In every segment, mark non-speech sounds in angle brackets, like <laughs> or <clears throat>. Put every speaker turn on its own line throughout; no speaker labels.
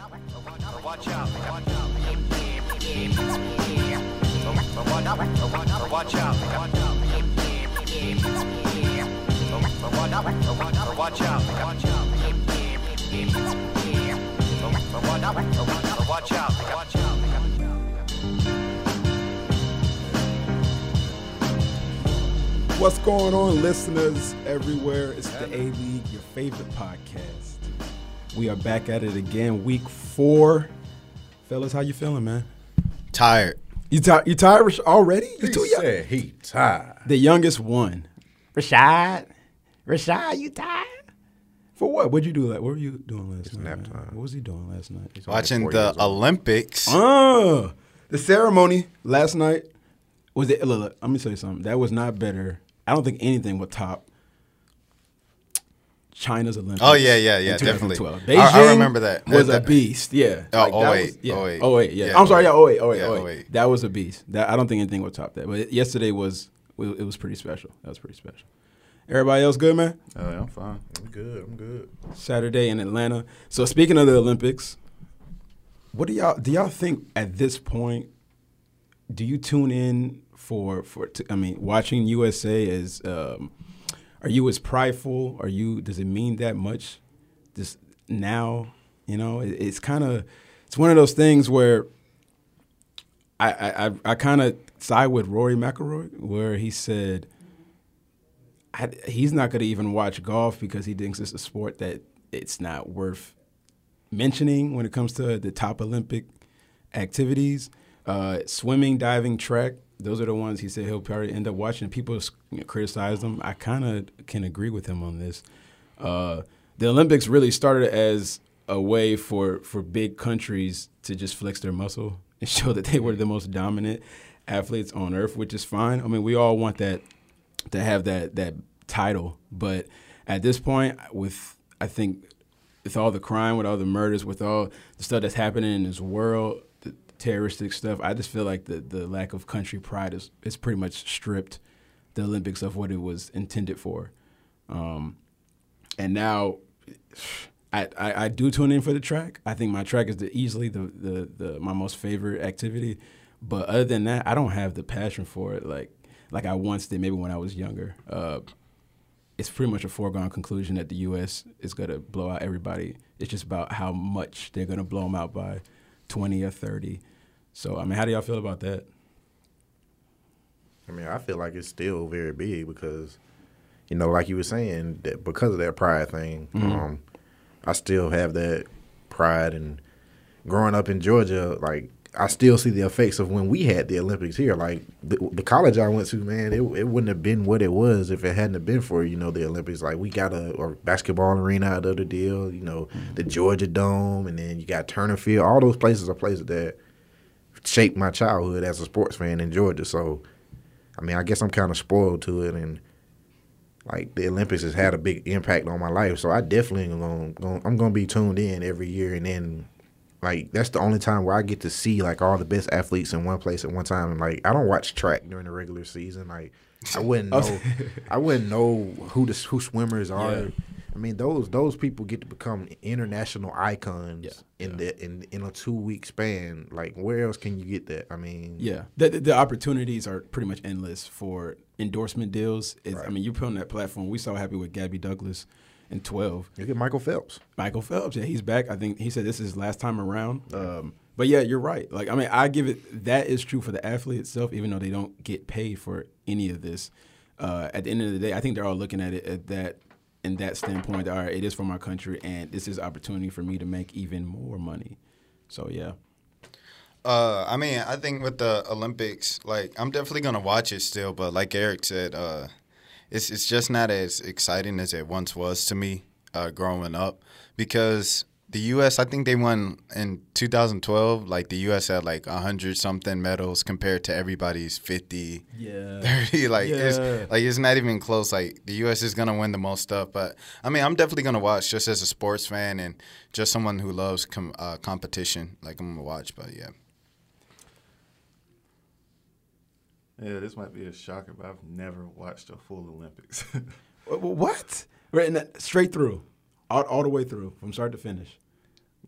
Watch out. Watch out. Watch out. Watch out. Watch out. Watch out. Watch out. Watch out. Watch out. Watch out.
What's going on, listeners everywhere? It's the A League, your favorite podcast. We are back at it again, week four. Fellas, how you feeling, man?
Tired.
You tired? You tired Rash- already? You too young.
he tired.
The youngest one, Rashad. Rashad, you tired? For what? What'd you do? Like, what were you doing last night?
nap
man?
time.
What was he doing last night?
Watching
Four
the
years old.
Olympics.
Ah, the ceremony last night was it? Look, look, let me tell you something. That was not better. I don't think anything would top China's Olympics.
Oh, yeah, yeah,
in
yeah, definitely.
2012.
I- I
Beijing
remember that.
was
That-
a
that-
beast. Yeah.
Oh,
that
08,
was- yeah.
08.
Oh wait, yeah.
Yeah,
I'm sorry. Yeah. 08, 08,
Yeah,
08.
08.
That was a beast. That I don't think anything would top that. But yesterday was it was pretty special. That was pretty special. Everybody else good, man?
Oh, I'm fine. I'm good. I'm good.
Saturday in Atlanta. So speaking of the Olympics, what do y'all do y'all think at this point? Do you tune in for for t- I mean watching USA is um, are you as prideful? Are you does it mean that much? Just now, you know, it, it's kind of it's one of those things where I I I, I kind of side with Rory McIlroy where he said. I, he's not going to even watch golf because he thinks it's a sport that it's not worth mentioning when it comes to the top Olympic activities. Uh, swimming, diving, track, those are the ones he said he'll probably end up watching. People you know, criticize them. I kind of can agree with him on this. Uh, the Olympics really started as a way for, for big countries to just flex their muscle and <laughs> show that they were the most dominant athletes on earth, which is fine. I mean, we all want that to have that that title. But at this point, with I think with all the crime, with all the murders, with all the stuff that's happening in this world, the terroristic stuff, I just feel like the the lack of country pride is is pretty much stripped the Olympics of what it was intended for. Um, and now I, I, I do tune in for the track. I think my track is the, easily the, the, the my most favorite activity. But other than that, I don't have the passion for it like like I once did maybe when I was younger. Uh, it's pretty much a foregone conclusion that the U.S. is going to blow out everybody. It's just about how much they're going to blow them out by 20 or 30. So, I mean, how do y'all feel about that?
I mean, I feel like it's still very big because, you know, like you were saying, that because of that pride thing,
Mm-hmm.
um, I still have that pride. And growing up in Georgia, like, I still see the effects of when we had the Olympics here. Like, the, the college I went to, man, it, it wouldn't have been what it was if it hadn't have been for, you know, the Olympics. Like, we got a, a basketball arena out of the deal, you know, the
Mm-hmm.
Georgia Dome, and then you got Turner Field. All those places are places that shaped my childhood as a sports fan in Georgia. So, I mean, I guess I'm kind of spoiled to it, and like the Olympics has had a big impact on my life. So I definitely am gonna, gonna I'm gonna be tuned in every year, and then like that's the only time where I get to see like all the best athletes in one place at one time. And like I don't watch track during the regular season. Like I
<laughs>
wouldn't know, I wouldn't know who the s- who swimmers are.
Yeah.
I mean those those people get to become international icons
Yeah,
in the in in a two week span. Like where else can you get that? I mean,
Yeah, the, the, the opportunities are pretty much endless for endorsement deals. It's, I mean, you put on that platform. We saw what happened with Gabby Douglas in twelve.
Look at Michael Phelps.
Michael Phelps, yeah, he's back. I think he said this is his last time around. Um, but yeah, you're right. Like, I mean, I give it that is true for the athlete itself, even though they don't get paid for any of this. Uh, at the end of the day, I think they're all looking at it at that in that standpoint. All right, it is for my country, and this is opportunity for me to make even more money. So yeah,
Uh, I mean, I think with the Olympics, like I'm definitely gonna watch it still, but like Eric said, uh, it's it's just not as exciting as it once was to me uh, growing up because the U.S. I think they won in 2012. Like the U.S. had like hundred something medals compared to everybody's 50.
yeah,
30 <laughs> like
Yeah.
it's like it's not even close like the us is gonna win the most stuff but i mean i'm definitely gonna watch just as a sports fan and just someone who loves com- uh, competition like i'm gonna watch but yeah
Yeah, this might be a shocker, but I've never watched a full Olympics. <laughs>
Wh- wh- What? Right, and that- straight through, all, all the way through, from start to finish.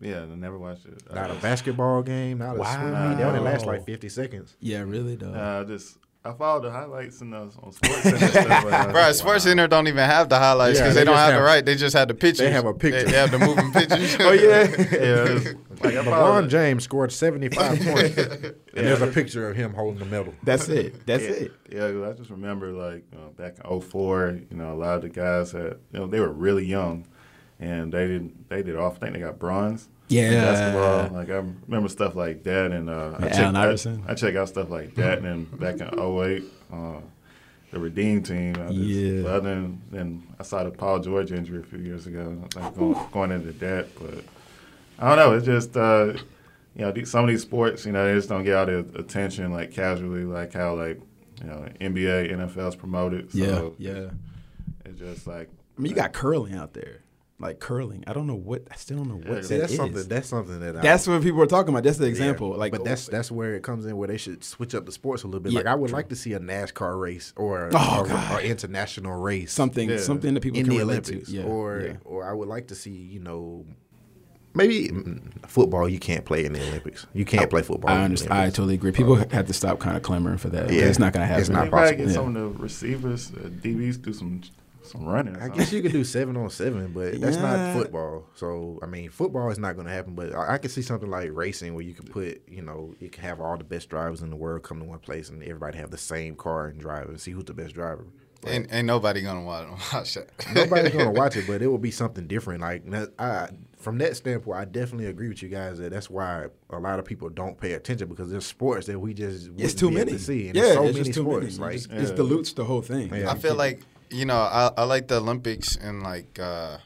Yeah, I never watched it. I
Not a
just-
basketball game, not a
Wow.
swim meet. That only lasts like 50 seconds.
Yeah, really though.
Uh,
Nah, I uh, just I follow the highlights
<laughs>
and those on Sports Center. stuff, but, uh,
Bro, Sports Center don't even have the highlights
Yeah,
because
they
they, don't
just
have,
have-
the right. They just have the pictures.
have a picture.
They, they have the
<laughs>
moving pictures.
oh yeah.
<laughs> Yeah, it's- like I follow,
LeBron James
<laughs>
scored 75 points. And there's a picture of him holding the medal.
That's it. That's
yeah,
it.
Yeah, 'cause I just remember like you know, back in 04, you know, a lot of the guys had you know they were really young, and they didn't they did off. I think they got bronze. in
Yeah.
basketball. Like I remember stuff like that, and uh, I
Allen
check I,
Iverson.
I check out stuff like that, and then back in 08, uh, the Redeem team. I just,
Yeah.
but other than, then I saw the Paul George injury a few years ago. Like going, going into that, but I don't know. It's just uh, you know these, some of these sports, you know, they just don't get all the attention like casually, like how like you know NBA, NFL's promoted.
Yeah.
So
Yeah.
It's just like
I mean, you got curling out there, like curling. I don't know what. I still don't know what
Yeah,
See,
that
that's
is.
something. That's something that I,
That's what people are talking about. That's the
yeah.
example. Like, oh,
but that's that's where it comes in where they should switch up the sports a little bit.
Yeah,
like I would like to see a NASCAR race or
Oh,
or,
God.
or international race
something
Yeah.
something that people
in
can
the
relate
Olympics,
to. Yeah,
or
yeah.
or I would like to see you know maybe mm, football. You can't play in the Olympics. You can't play football.
I
in the
understand. I
Olympics.
totally agree. People have to stop kind of clamoring for that.
Oh. Yeah.
it's not gonna happen.
It's
I
not
probably
possible.
get
Yeah.
some of the receivers, uh, DBs, do some some running. or
I guess
something.
you could do seven on seven, but that's
Yeah.
not football. So I mean, football is not going to happen. But I, I could see something like racing where you can put, you know, you can have all the best drivers in the world come to one place and everybody have the same car and drive and see who's the best driver.
<laughs> ain't, ain't nobody gonna watch, <laughs> watch that.
<laughs>
Nobody's going to watch it, but it will be something different. Like that- I, from that standpoint, I definitely agree with you guys that that's why a lot of people don't pay attention because there's sports that we just
It's
wouldn't
too
be able
many.
to see. And
yeah,
there's so
it's
many
just too many.
sports. Like
It just, it dilutes the whole thing.
Yeah.
I feel like you know I, I like the Olympics and like uh,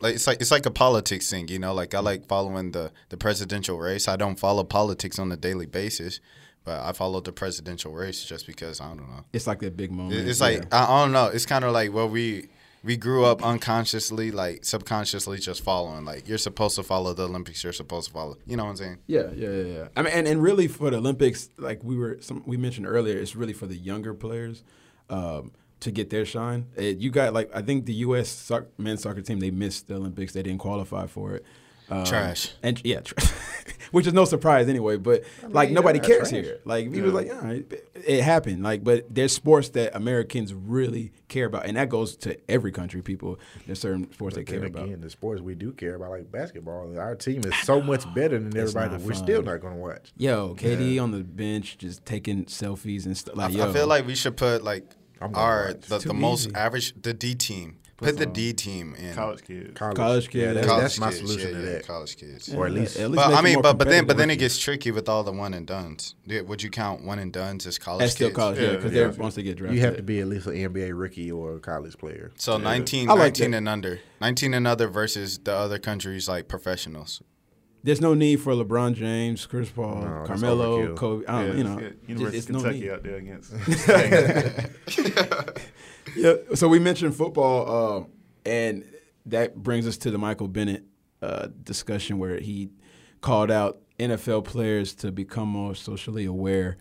like it's like it's like a politics thing. You know, like I like following the the presidential race. I don't follow politics on a daily basis, but I follow the presidential race just because I don't know.
It's like that big moment.
It- It's
yeah.
like I, I don't know. It's kind of like what we we grew up unconsciously, like subconsciously, just following. Like you're supposed to follow the Olympics. You're supposed to follow. You know what I'm saying?
Yeah, yeah, yeah, yeah. I mean, and, and really for the Olympics, like we were some we mentioned earlier, it's really for the younger players um, to get their shine. It, you got like I think the U.S. Soc- men's soccer team they missed the Olympics; they didn't qualify for it. Um,
Trash.
and yeah, tr- <laughs> which is no surprise anyway. But like
yeah,
nobody
that's
cares
trash.
here. Like people like, yeah, it, it happened. Like, but there's sports that Americans really care about, and that goes to every country. People, there's certain sports they
And
care about.
again, the sports we do care about, like basketball, our team is so much better than everybody.
not
We're
fun.
still not going to watch.
Yo, KD on the bench just taking selfies and stuff. Like,
I,
yo,
I feel like we should put like
I'm gonna
our
watch.
the,
Too
the most
easy.
average the D team. Put the D team in.
college kids.
College kids.
Yeah, that's,
College
that's my
kids,
solution
yeah,
to
yeah,
that.
College kids.
Or at least,
at least
But
make
I
it
mean,
more
but but then but
competitive.
then it gets tricky with all the one and duns. Dude, Would you count one and duns as college?
That's still
kids?
college, yeah, because
Yeah,
they're
yeah.
once they get drafted.
you have to be at least an NBA rookie or a college player.
So 19,
I like
19
that.
and under, nineteen and under versus the other countries like professionals.
There's no need for LeBron James, Chris Paul,
No, that's
Carmelo,
overkill.
Kobe. I don't,
Yeah,
you know,
it's-
just-
University
it's
of
no
Kentucky
need.
out there
<laughs>
against.
Yeah. So we mentioned football, um, and that brings us to the Michael Bennett uh, discussion where he called out NFL players to become more socially aware.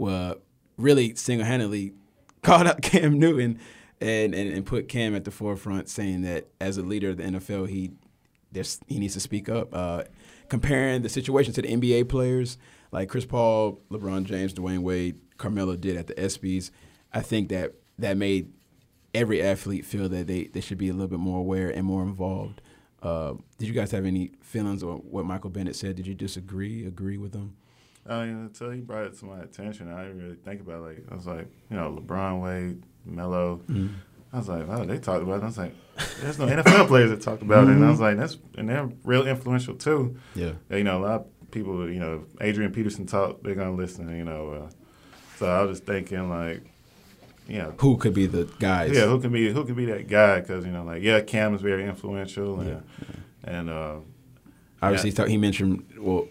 Uh, really single-handedly <laughs> called out Cam Newton and, and and put Cam at the forefront, saying that as a leader of the NFL, he there's he needs to speak up. Uh, comparing the situation to the NBA players like Chris Paul, LeBron James, Dwayne Wade, Carmelo did at the ESPYS, I think that that made every athlete feel that they, they should be a little bit more aware and more involved. Uh, did you guys have any feelings on what Michael Bennett said? Did you disagree, agree with him?
I mean, until he brought it to my attention, I didn't really think about it. Like I was like, you know, LeBron, Wade, Melo.
Mm-hmm.
I was like, oh, they talked about. it. I was like, there's no <laughs> NFL players that talked about it. And I was like, that's and they're real influential too.
Mm-hmm. Yeah.
And, you know, a lot of people. You know, Adrian Peterson talk. They're gonna listen. You know, uh, so I was just thinking like, you know,
Who could be the guys?
yeah, who can be who can be that guy? Because you know, like yeah, Cam is very influential and and. Uh,
Obviously, he, talk- he mentioned, well,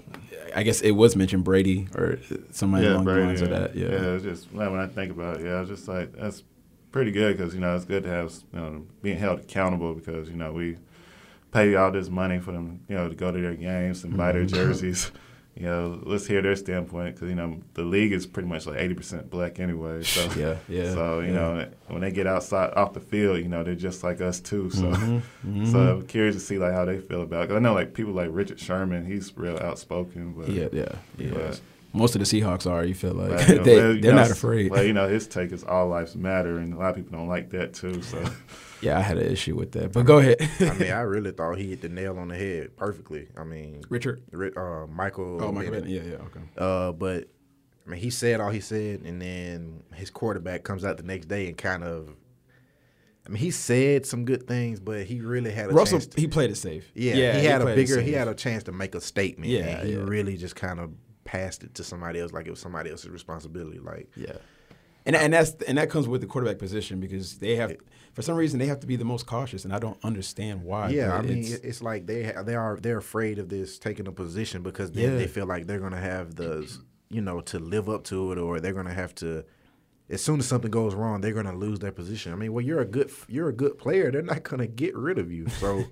I guess it was mentioned Brady or somebody along the
Brady,
lines of that. Yeah.
it's just like, when I think about it, yeah, I was just like, that's pretty good because you know it's good to have you know, being held accountable because
Mm-hmm. <laughs>
you know we pay all this money for them, you know, to go to their games and buy their jerseys. <laughs> you know, let's hear their standpoint because you know the league is pretty much like eighty percent black anyway. So
<laughs> Yeah, yeah,
So you
yeah.
know, when they get outside off the field, you know, they're just like us too. So,
Mm-hmm,
<laughs> so I'm curious to see like how they feel about. it. 'Cause I know like people like Richard Sherman, he's real outspoken, but
Yeah, yeah, yeah.
But-
Most of the Seahawks are. You feel like
but, you
<laughs>
know,
they,
but,
they're
you know,
not
s-
afraid.
But you know, his take is all lives matter, and a lot of people don't like that too. So <laughs>
yeah, I had an issue with that. But go <laughs> ahead,
I mean, I really thought he hit the nail on the head perfectly. I mean,
Richard.
Ri- uh, Michael.
Oh my
Bennett.
god. Yeah, yeah. Okay.
Uh, but I mean, he said all he said, and then his quarterback comes out the next day and kind of. I mean, he said some good things, but he really had a
Russell,
chance. To,
he played it safe.
yeah, he had a
played it
bigger.
safe.
He had a chance to make a statement.
Yeah,
and he
yeah.
really just kind of passed it to somebody else, like it was somebody else's responsibility. Like,
Yeah. And, and that's and that comes with the quarterback position because they have for some reason they have to be the most cautious and I don't understand why.
yeah, I
but
mean,
it's-
it's, it's like they ha- they are they're afraid of this taking a position because then
Yeah.
they feel like they're gonna have the you know to live up to it, or they're gonna have to. As soon as something goes wrong, they're gonna lose their position. I mean, well, you're a good you're a good player. They're not gonna get rid of you. So,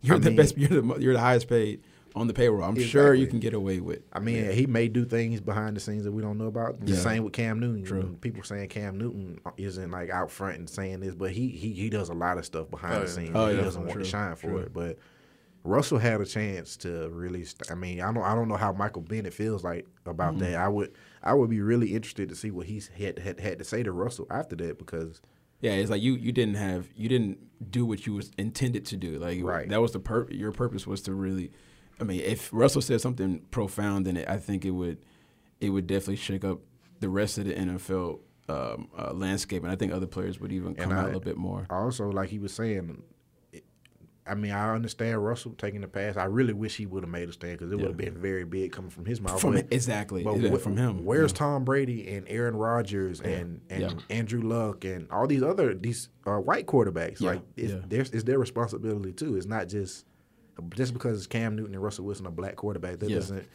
you're
I
the
mean-
best. You're the mo- you're the highest paid on the payroll. I'm sure you
Exactly.
can get away with.
I mean, he may do things behind the scenes that we don't know about. The
Yeah.
same with Cam Newton. True. People saying Cam Newton isn't like out front and saying this, but he he he does a lot of stuff behind
Oh,
the
yeah.
scenes.
Oh,
he
yeah.
doesn't want
True,
to shine for
true.
it, but. Russell had a chance to really. St- I mean, I don't. I don't know how Michael Bennett feels like about
Mm-hmm.
that. I would. I would be really interested to see what he had, had had to say to Russell after that because
Yeah, it's like you you didn't have you didn't do what you was intended to do. Like
Right.
that was the pur- your purpose was to really I mean, if Russell said something profound in it, I think it would it would definitely shake up the rest of the NFL um, uh, landscape and I think other players would even come out
I-
a little bit more.
also like he was saying. I mean, I understand Russell taking the pass. I really wish he would have made a stand because it would have been very big coming from his mouth.
From
but-
exactly.
But
yeah,
wh-
from him.
Where's Tom Brady and Aaron Rodgers and and
Yeah.
Andrew Luck and all these other these uh, white quarterbacks?
Yeah.
Like it's,
Yeah.
there's, it's their responsibility too. It's not just just because Cam Newton and Russell Wilson are black quarterbacks that
Yeah.
doesn't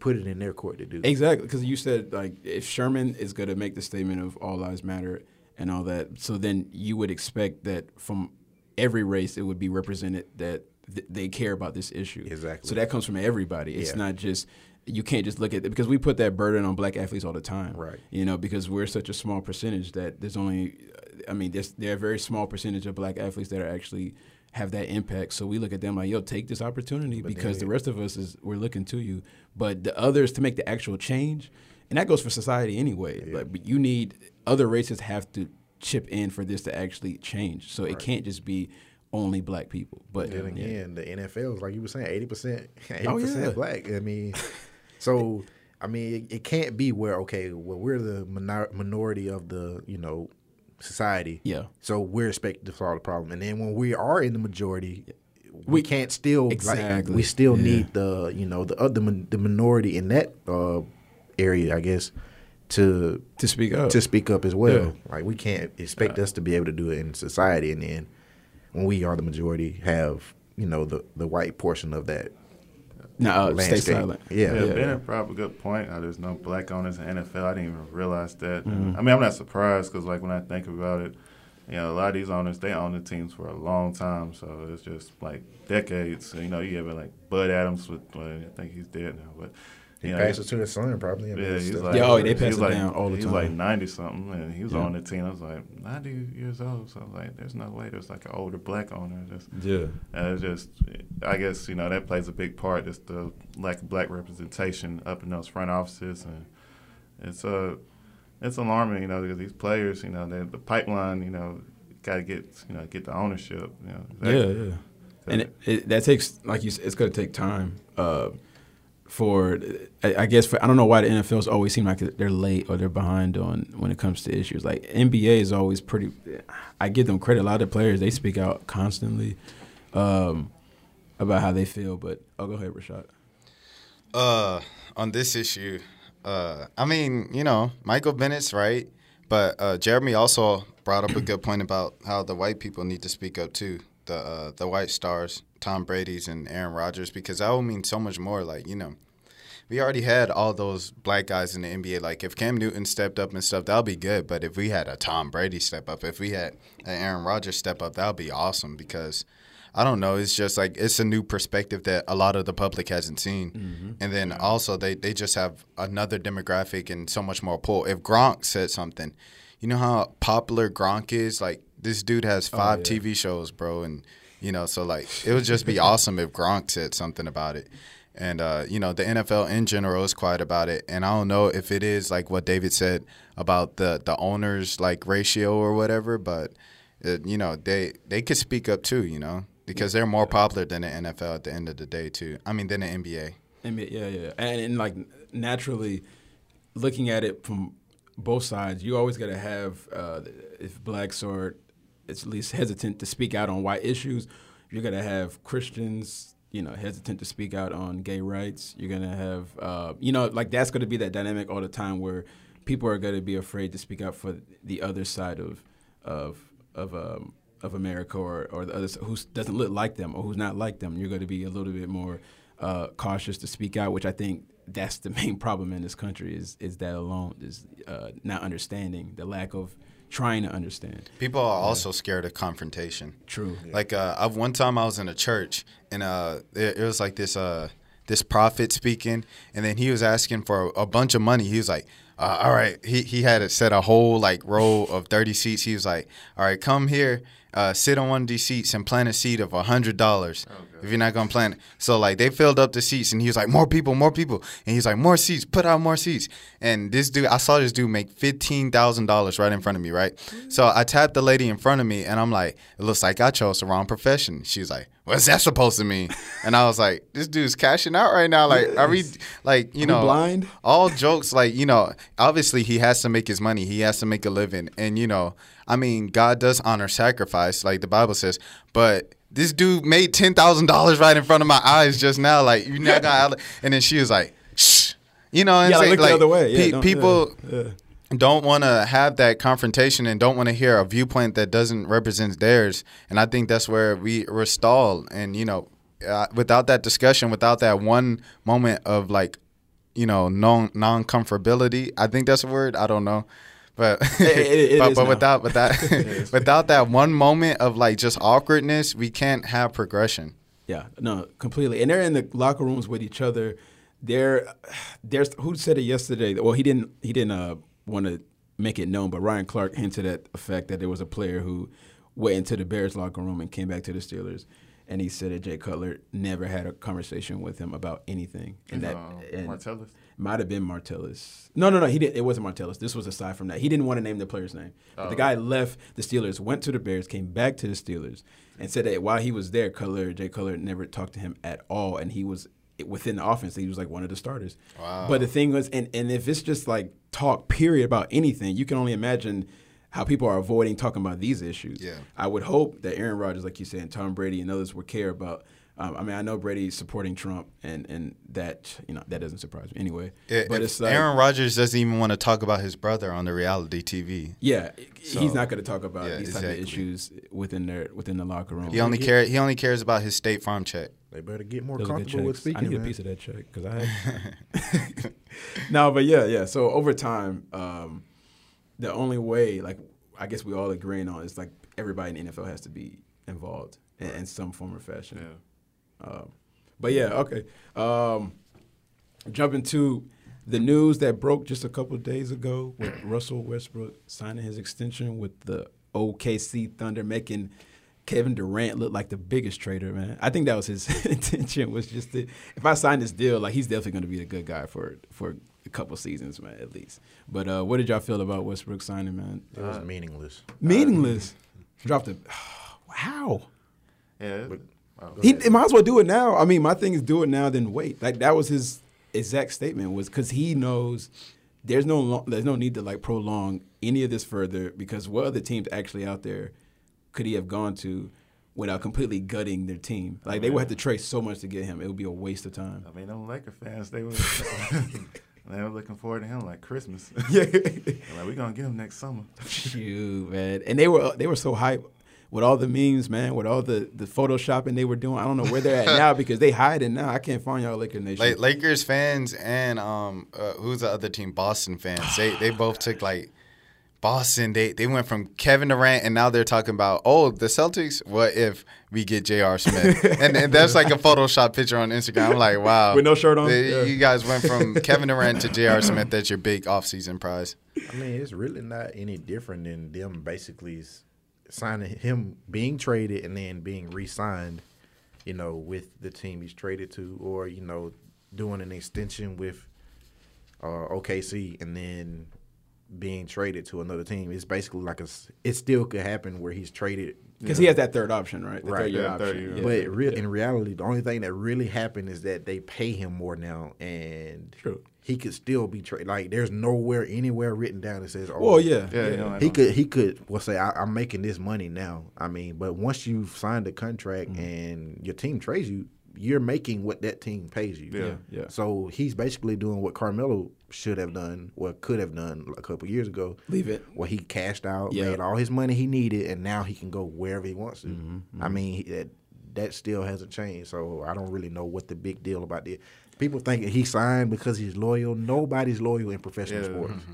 put it in their court to do.
Exactly, because you said like if Sherman is going to make the statement of all lives matter and all that, so then you would expect that from every race it would be represented that th- they care about this issue.
Exactly.
So that comes from everybody. It's
Yeah.
not just you can't just look at it because we put that burden on black athletes all the time.
Right.
You know because we're such a small percentage that there's only, I mean there's there are a very small percentage of black athletes that are actually have that impact. So we look at them like, yo, take this opportunity because the rest of us is we're looking to you, but the others to make the actual change, and that goes for society anyway. Like, but you need other races have to chip in for this to actually change. So it can't just be only black people. But
Then
yeah.
again, the NFL is like you were saying, eighty percent, <laughs> eighty
Oh, yeah.
percent black.
<laughs>
I mean, so I mean, it, it can't be where okay, well, we're the minor- minority of the you know society.
Yeah.
So we're expected to solve the problem, and then when we are in the majority. We, can't still like,
Exactly.
we still
Yeah.
need the you know the other min- the minority in that uh, area I guess to
to speak up.
to speak up as well. Like we can't expect us to be able to do it in society, and then when we are the majority, have you know the the white portion of that.
nah, uh, stay
landscape.
silent.
Yeah.
yeah, Bennett brought up a good point. How there's no black owners in NFL. I didn't even realize that.
Mm-hmm.
I mean, I'm not surprised because like when I think about it, you know, a lot of these owners they own the teams for a long time, so it's just like decades. You know, you have like Bud Adams with well, I think he's dead now, but you
He
know,
passes to his son probably. I mean,
Yeah,
it's
he's
the-
like,
Yeah, oh, they
he's
pass it
like,
down all the
he's
time.
like 90 something, and he was
Yeah.
on the team. I was like, 90 years old. So I was like, there's no way there's like an older black owner. That's,
Yeah.
uh, it's just, I guess, you know, that plays a big part. Just the lack of black representation up in those front offices. And it's uh, it's alarming, you know, because these players, you know, they, the pipeline, you know, got to get, you know, get the ownership. You know, That-
Yeah, yeah. And it, it, that takes, like you said, it's going to take time uh, for, I, I guess, for, I don't know why the NFL's always seem like they're late or they're behind on when it comes to issues. Like NBA is always pretty, I give them credit. A lot of the players, they speak out constantly um, about how they feel. But, oh, go ahead, Rashad.
uh, on this issue, uh, I mean, you know, Michael Bennett's right, but uh, Jeremy also brought up a good point about how the white people need to speak up too. The uh, the white stars, Tom Brady's and Aaron Rodgers, because that will mean so much more. Like you know, we already had all those black guys in the NBA. Like if Cam Newton stepped up and stuff, that'll be good. But if we had a Tom Brady step up, if we had an Aaron Rodgers step up, that'll be awesome because. I don't know. It's just like it's a new perspective that a lot of the public hasn't seen, and then also they they just have another demographic and so much more pull. If Gronk said something, you know how popular Gronk is. Like this dude has five TV shows, bro, and you know so like it would just be awesome if Gronk said something about it. And uh, you know the NFL in general is quiet about it, and I don't know if it is like what David said about the the owners like ratio or whatever, but uh, you know they they could speak up too, you know, because they're more popular than the NFL at the end of the day too. I mean than the NBA.
I mean, yeah, yeah, and, and like naturally, looking at it from both sides, you always got to have uh, if blacks are at least hesitant to speak out on white issues, you're gonna have Christians, you know, hesitant to speak out on gay rights. You're gonna have, uh, you know, like that's gonna be that dynamic all the time where people are gonna be afraid to speak out for the other side of of of um, of America or, or the others who doesn't look like them or who's not like them. You're going to be a little bit more uh, cautious to speak out, which I think that's the <laughs> main problem in this country is is that alone is uh, not understanding the lack of trying to understand.
People are also scared of confrontation.
True.
Like uh, I one time I was in a church and uh, it, it was like this uh, this prophet speaking, and then he was asking for a, a bunch of money. He was like, uh, "All right," he he had it set a whole like row of thirty seats. He was like, "All right, come here, uh, sit on one of these seats and plant a seed of hundred dollars. if you're not gonna plant it, so like they filled up the seats, and he was like, "More people, more people," and he's like, "More seats, put out more seats." And this dude, I saw this dude make fifteen thousand dollars right in front of me, right? So I tapped the lady in front of me, and I'm like, "It looks like I chose the wrong profession." She's like, "What's that supposed to mean?" And I was like, "This dude's cashing out right now. Like, are we like you
we
know
blind?
all jokes like you know obviously he has to make his money he has to make a living and you know i mean god does honor sacrifice like the bible says but this dude made $10000 right in front of my eyes just now like you not gonna and then she was like shh you know what
Yeah, like,
i'm saying
look the other way. Yeah,
pe-
don't-
people
yeah, yeah.
don't want to have that confrontation and don't want to hear a viewpoint that doesn't represent theirs. And I think that's where we we're stalled. And you know, uh, without that discussion, without that one moment of like, you know, non non comfortability. I think that's a word. I don't know. But, <laughs>
it- it
but,
is
but
now. <laughs>
without without <laughs> without that one moment of like just awkwardness, we can't have progression.
Yeah, no, completely. And they're in the locker rooms with each other. They're, there's who said it yesterday. Well, he didn't. He didn't uh, want to make it known, but Ryan Clark hinted at the fact that there was a player who went into the Bears locker room and came back to the Steelers, and he said that Jay Cutler never had a conversation with him about anything, and that
Um,
and
Martellus?
might have been Martellus. No, no, no. He didn't. It wasn't Martellus. This was aside from that. He didn't want to name the player's name. But the guy left the Steelers, went to the Bears, came back to the Steelers, and said that while he was there, Cutler, Jay Cutler never talked to him at all, and he was within the offense. He was like one of the starters. Wow. But the thing was, and and if it's just like talk period about anything, you can only imagine. How people are avoiding talking about these issues.
Yeah.
I would hope that Aaron Rodgers, like you said, and Tom Brady and others would care about. Um, I mean, I know Brady's supporting Trump, and and that you know that doesn't surprise me anyway.
If
but it's like,
Aaron Rodgers doesn't even want to talk about his brother on the reality TV.
yeah, he's not going to talk about
Yeah,
these type
exactly.
of issues within their within the locker room.
He only care he only cares about his State Farm check.
They better get more
Those are good
comfortable with
checks.
speaking.
I need
man.
a piece of that check because I.
<laughs>
no, but yeah, yeah. So over time, um, the only way, like I guess we all agreeing on, is like everybody in the NFL has to be involved in, in some form or fashion. Um,
Yeah.
But yeah, okay. Um, jumping to the news that broke just a couple of days ago with <clears throat> Russell Westbrook signing his extension with the OKC Thunder, making Kevin Durant look like the biggest traitor, man. I think that was his <laughs> intention was just to, if I sign this deal, like he's definitely going to be the good guy for for a couple seasons, man, at least. But uh, what did y'all feel about Westbrook signing, man?
It was meaningless.
Meaningless. Dropped <sighs> it. How?
Yeah. it- oh,
He it might as well do it now. I mean, my thing is do it now, then wait. Like that was his exact statement was because he knows there's no lo- there's no need to like prolong any of this further because what other teams actually out there could he have gone to without completely gutting their team? Like they would have to trade so much to get him. It would be a waste of time.
I mean, them Laker fans, they were they were looking forward to him like Christmas.
Yeah,
They're like we're gonna get him next summer.
shoot, man. And they were they were so hype. With all the memes, man, with all the the photoshopping they were doing, I don't know where they're at now because they hiding now. I can't find y'all Laker Nation.
Like Lakers
<sighs>
fans and um, uh, who's the other team? Boston fans. They they both took like Boston, they, they went from Kevin Durant and now they're talking about, oh, the Celtics, what if we get J.R. Smith? and, and that's like
<laughs>
a Photoshop picture on Instagram. I'm like, wow.
With no shirt on?
They-
Yeah.
You guys went
<laughs>
from Kevin Durant to J.R. Smith. That's your big offseason prize.
I mean, it's really not any different than them basically s- signing him being traded and then being re-signed, you know, with the team he's traded to, or you know, doing an extension with uh, OKC and then being traded to another team. It's basically like a. s- It still could happen where he's traded.
Because he has that third option, right? The
Right,
Third year
yeah,
option.
third year.
yeah.
But real in reality, the only thing that really happened is that they pay him more now, and
True.
he could still be traded. Like, there's nowhere anywhere written down that says, "Oh,
well, yeah.
Yeah, you know, I
he
don't-
could he could well say I, I'm making this money now. I mean, but once you've signed a contract
Mm-hmm.
and your team trades you, you're making what that team pays you.
Yeah.
Yeah.
So he's basically doing what Carmelo should have done, or could have done a couple years ago.
Leave it.
Where he cashed out,
Yeah.
made all his money he needed, and now he can go wherever he wants to.
Mm-hmm,
I mean he- that that still hasn't changed. So I don't really know what the big deal about this. People think he signed because he's loyal. Nobody's loyal in professional
Yeah. Mm-hmm.
sports.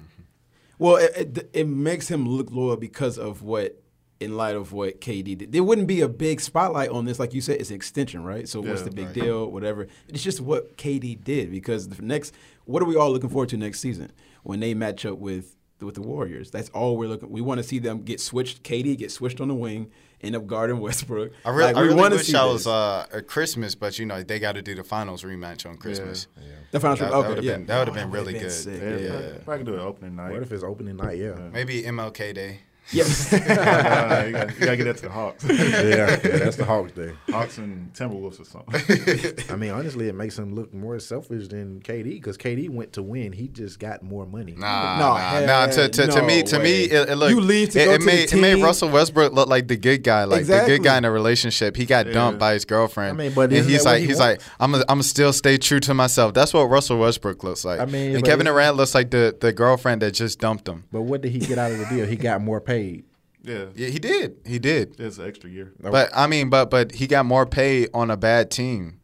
Well, it, it, it makes him look loyal because of what, in light of what KD did. There wouldn't be a big spotlight on this, like you said. It's an extension, right? So what's
Yeah,
the big
right.
deal? Whatever. It's just what KD did because the next, what are we all looking forward to next season when they match up with with the Warriors? That's all we're looking. We want to see them get switched. KD get switched on the wing, end up guarding <laughs> Westbrook.
I, re-
Like,
I
we
really
wanna
wish
see
I
this.
was uh, at Christmas, but you know they got to do the finals rematch on Christmas.
the final trip.
That, that
Okay,
would have
yeah. Oh,
been that would have been
would've
really
been
good.
sick.
Yeah,
Yeah.
If, I, if I could do an opening night,
What if it's opening night? Yeah.
Maybe MLK Day.
<laughs> Yes.
Uh, <laughs> you, gotta, you gotta get that to the Hawks,
yeah, yeah, that's <laughs> the Hawks thing.
Hawks and Timberwolves or something.
I mean, honestly, it makes him look more selfish than KD because KD went to win. He just got more money.
Nah,
No,
nah, nah. To,
hell
to, to me,
no
to
way.
me, it, it looked
You leave to
it,
go
it
to the
made it made
team?
Russell Westbrook look like the good guy, like the
Exactly.
good guy in a relationship. He got dumped by his girlfriend.
I mean, but
and
isn't
he's
that what
like,
he
he's
wants?
like, I'm i I'm still stay true to myself. That's what Russell Westbrook looks like.
I mean,
and
but
Kevin
it-
Durant looks like the the girlfriend that just dumped him.
But what did he get out of the deal? He got more paid.
yeah,
Yeah, he did. He did.
it's an extra year.
But I mean, but but he got more paid on a bad team,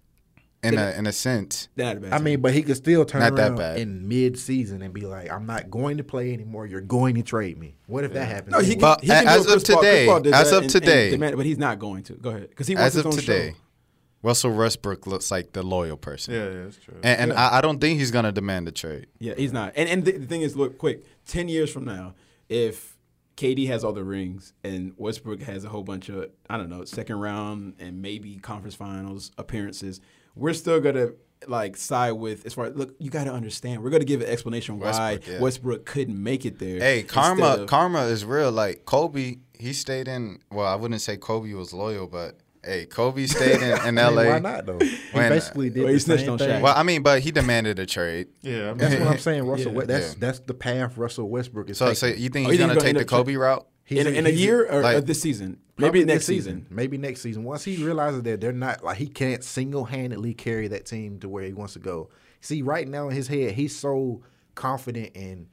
in a in a sense.
Not a bad
I
team.
mean, but he could still turn
Not that
around
bad.
in mid-season and be like, "I'm not going to play anymore. You're going to trade me." What if that happens?
No, Oh, he,
Well,
can,
But
he can do
as
what
of
Chris Paul- Chris
today-
Paul did
as
that
of
and-
today-
and demand it, but he's not going to. Go ahead, because he wants
As
his
of
own
today,
show.
Russell Westbrook looks like the loyal person.
Yeah, yeah, that's true.
And, and I, I don't think he's gonna demand a trade.
Yeah, he's not. And and the, the thing is, look, quick, ten years from now, if KD has all the rings and Westbrook has a whole bunch of I don't know second round and maybe conference finals appearances, we're still gonna like side with as far as look. You got to understand, we're gonna give an explanation why
Westbrook, yeah.
Westbrook couldn't make it there.
Hey, karma,
instead of-
karma is real. Like Kobe, he stayed in. Well, I wouldn't say Kobe was loyal, but hey, Kobe stayed
<laughs>
in, in
I mean,
L.A.
why not though? He
Why not?
basically did
Well,
the
he snitched
same
on
thing.
Shaq.
Well, I mean, but he demanded a trade.
yeah, I mean,
That's what I'm saying. Russell,
Yeah.
that's
Yeah.
that's the path Russell Westbrook is
So,
taking.
so
Oh,
you think he's
you think
gonna
he's gonna
take
end
the
up tra-
Kobe route?
He's-
in, a- in a
he's-
year or,
like-
or this season, maybe next season.
Maybe next season. Once he realizes that they're not like he can't single handedly carry that team to where he wants to go. See, right now in his head, he's so confident and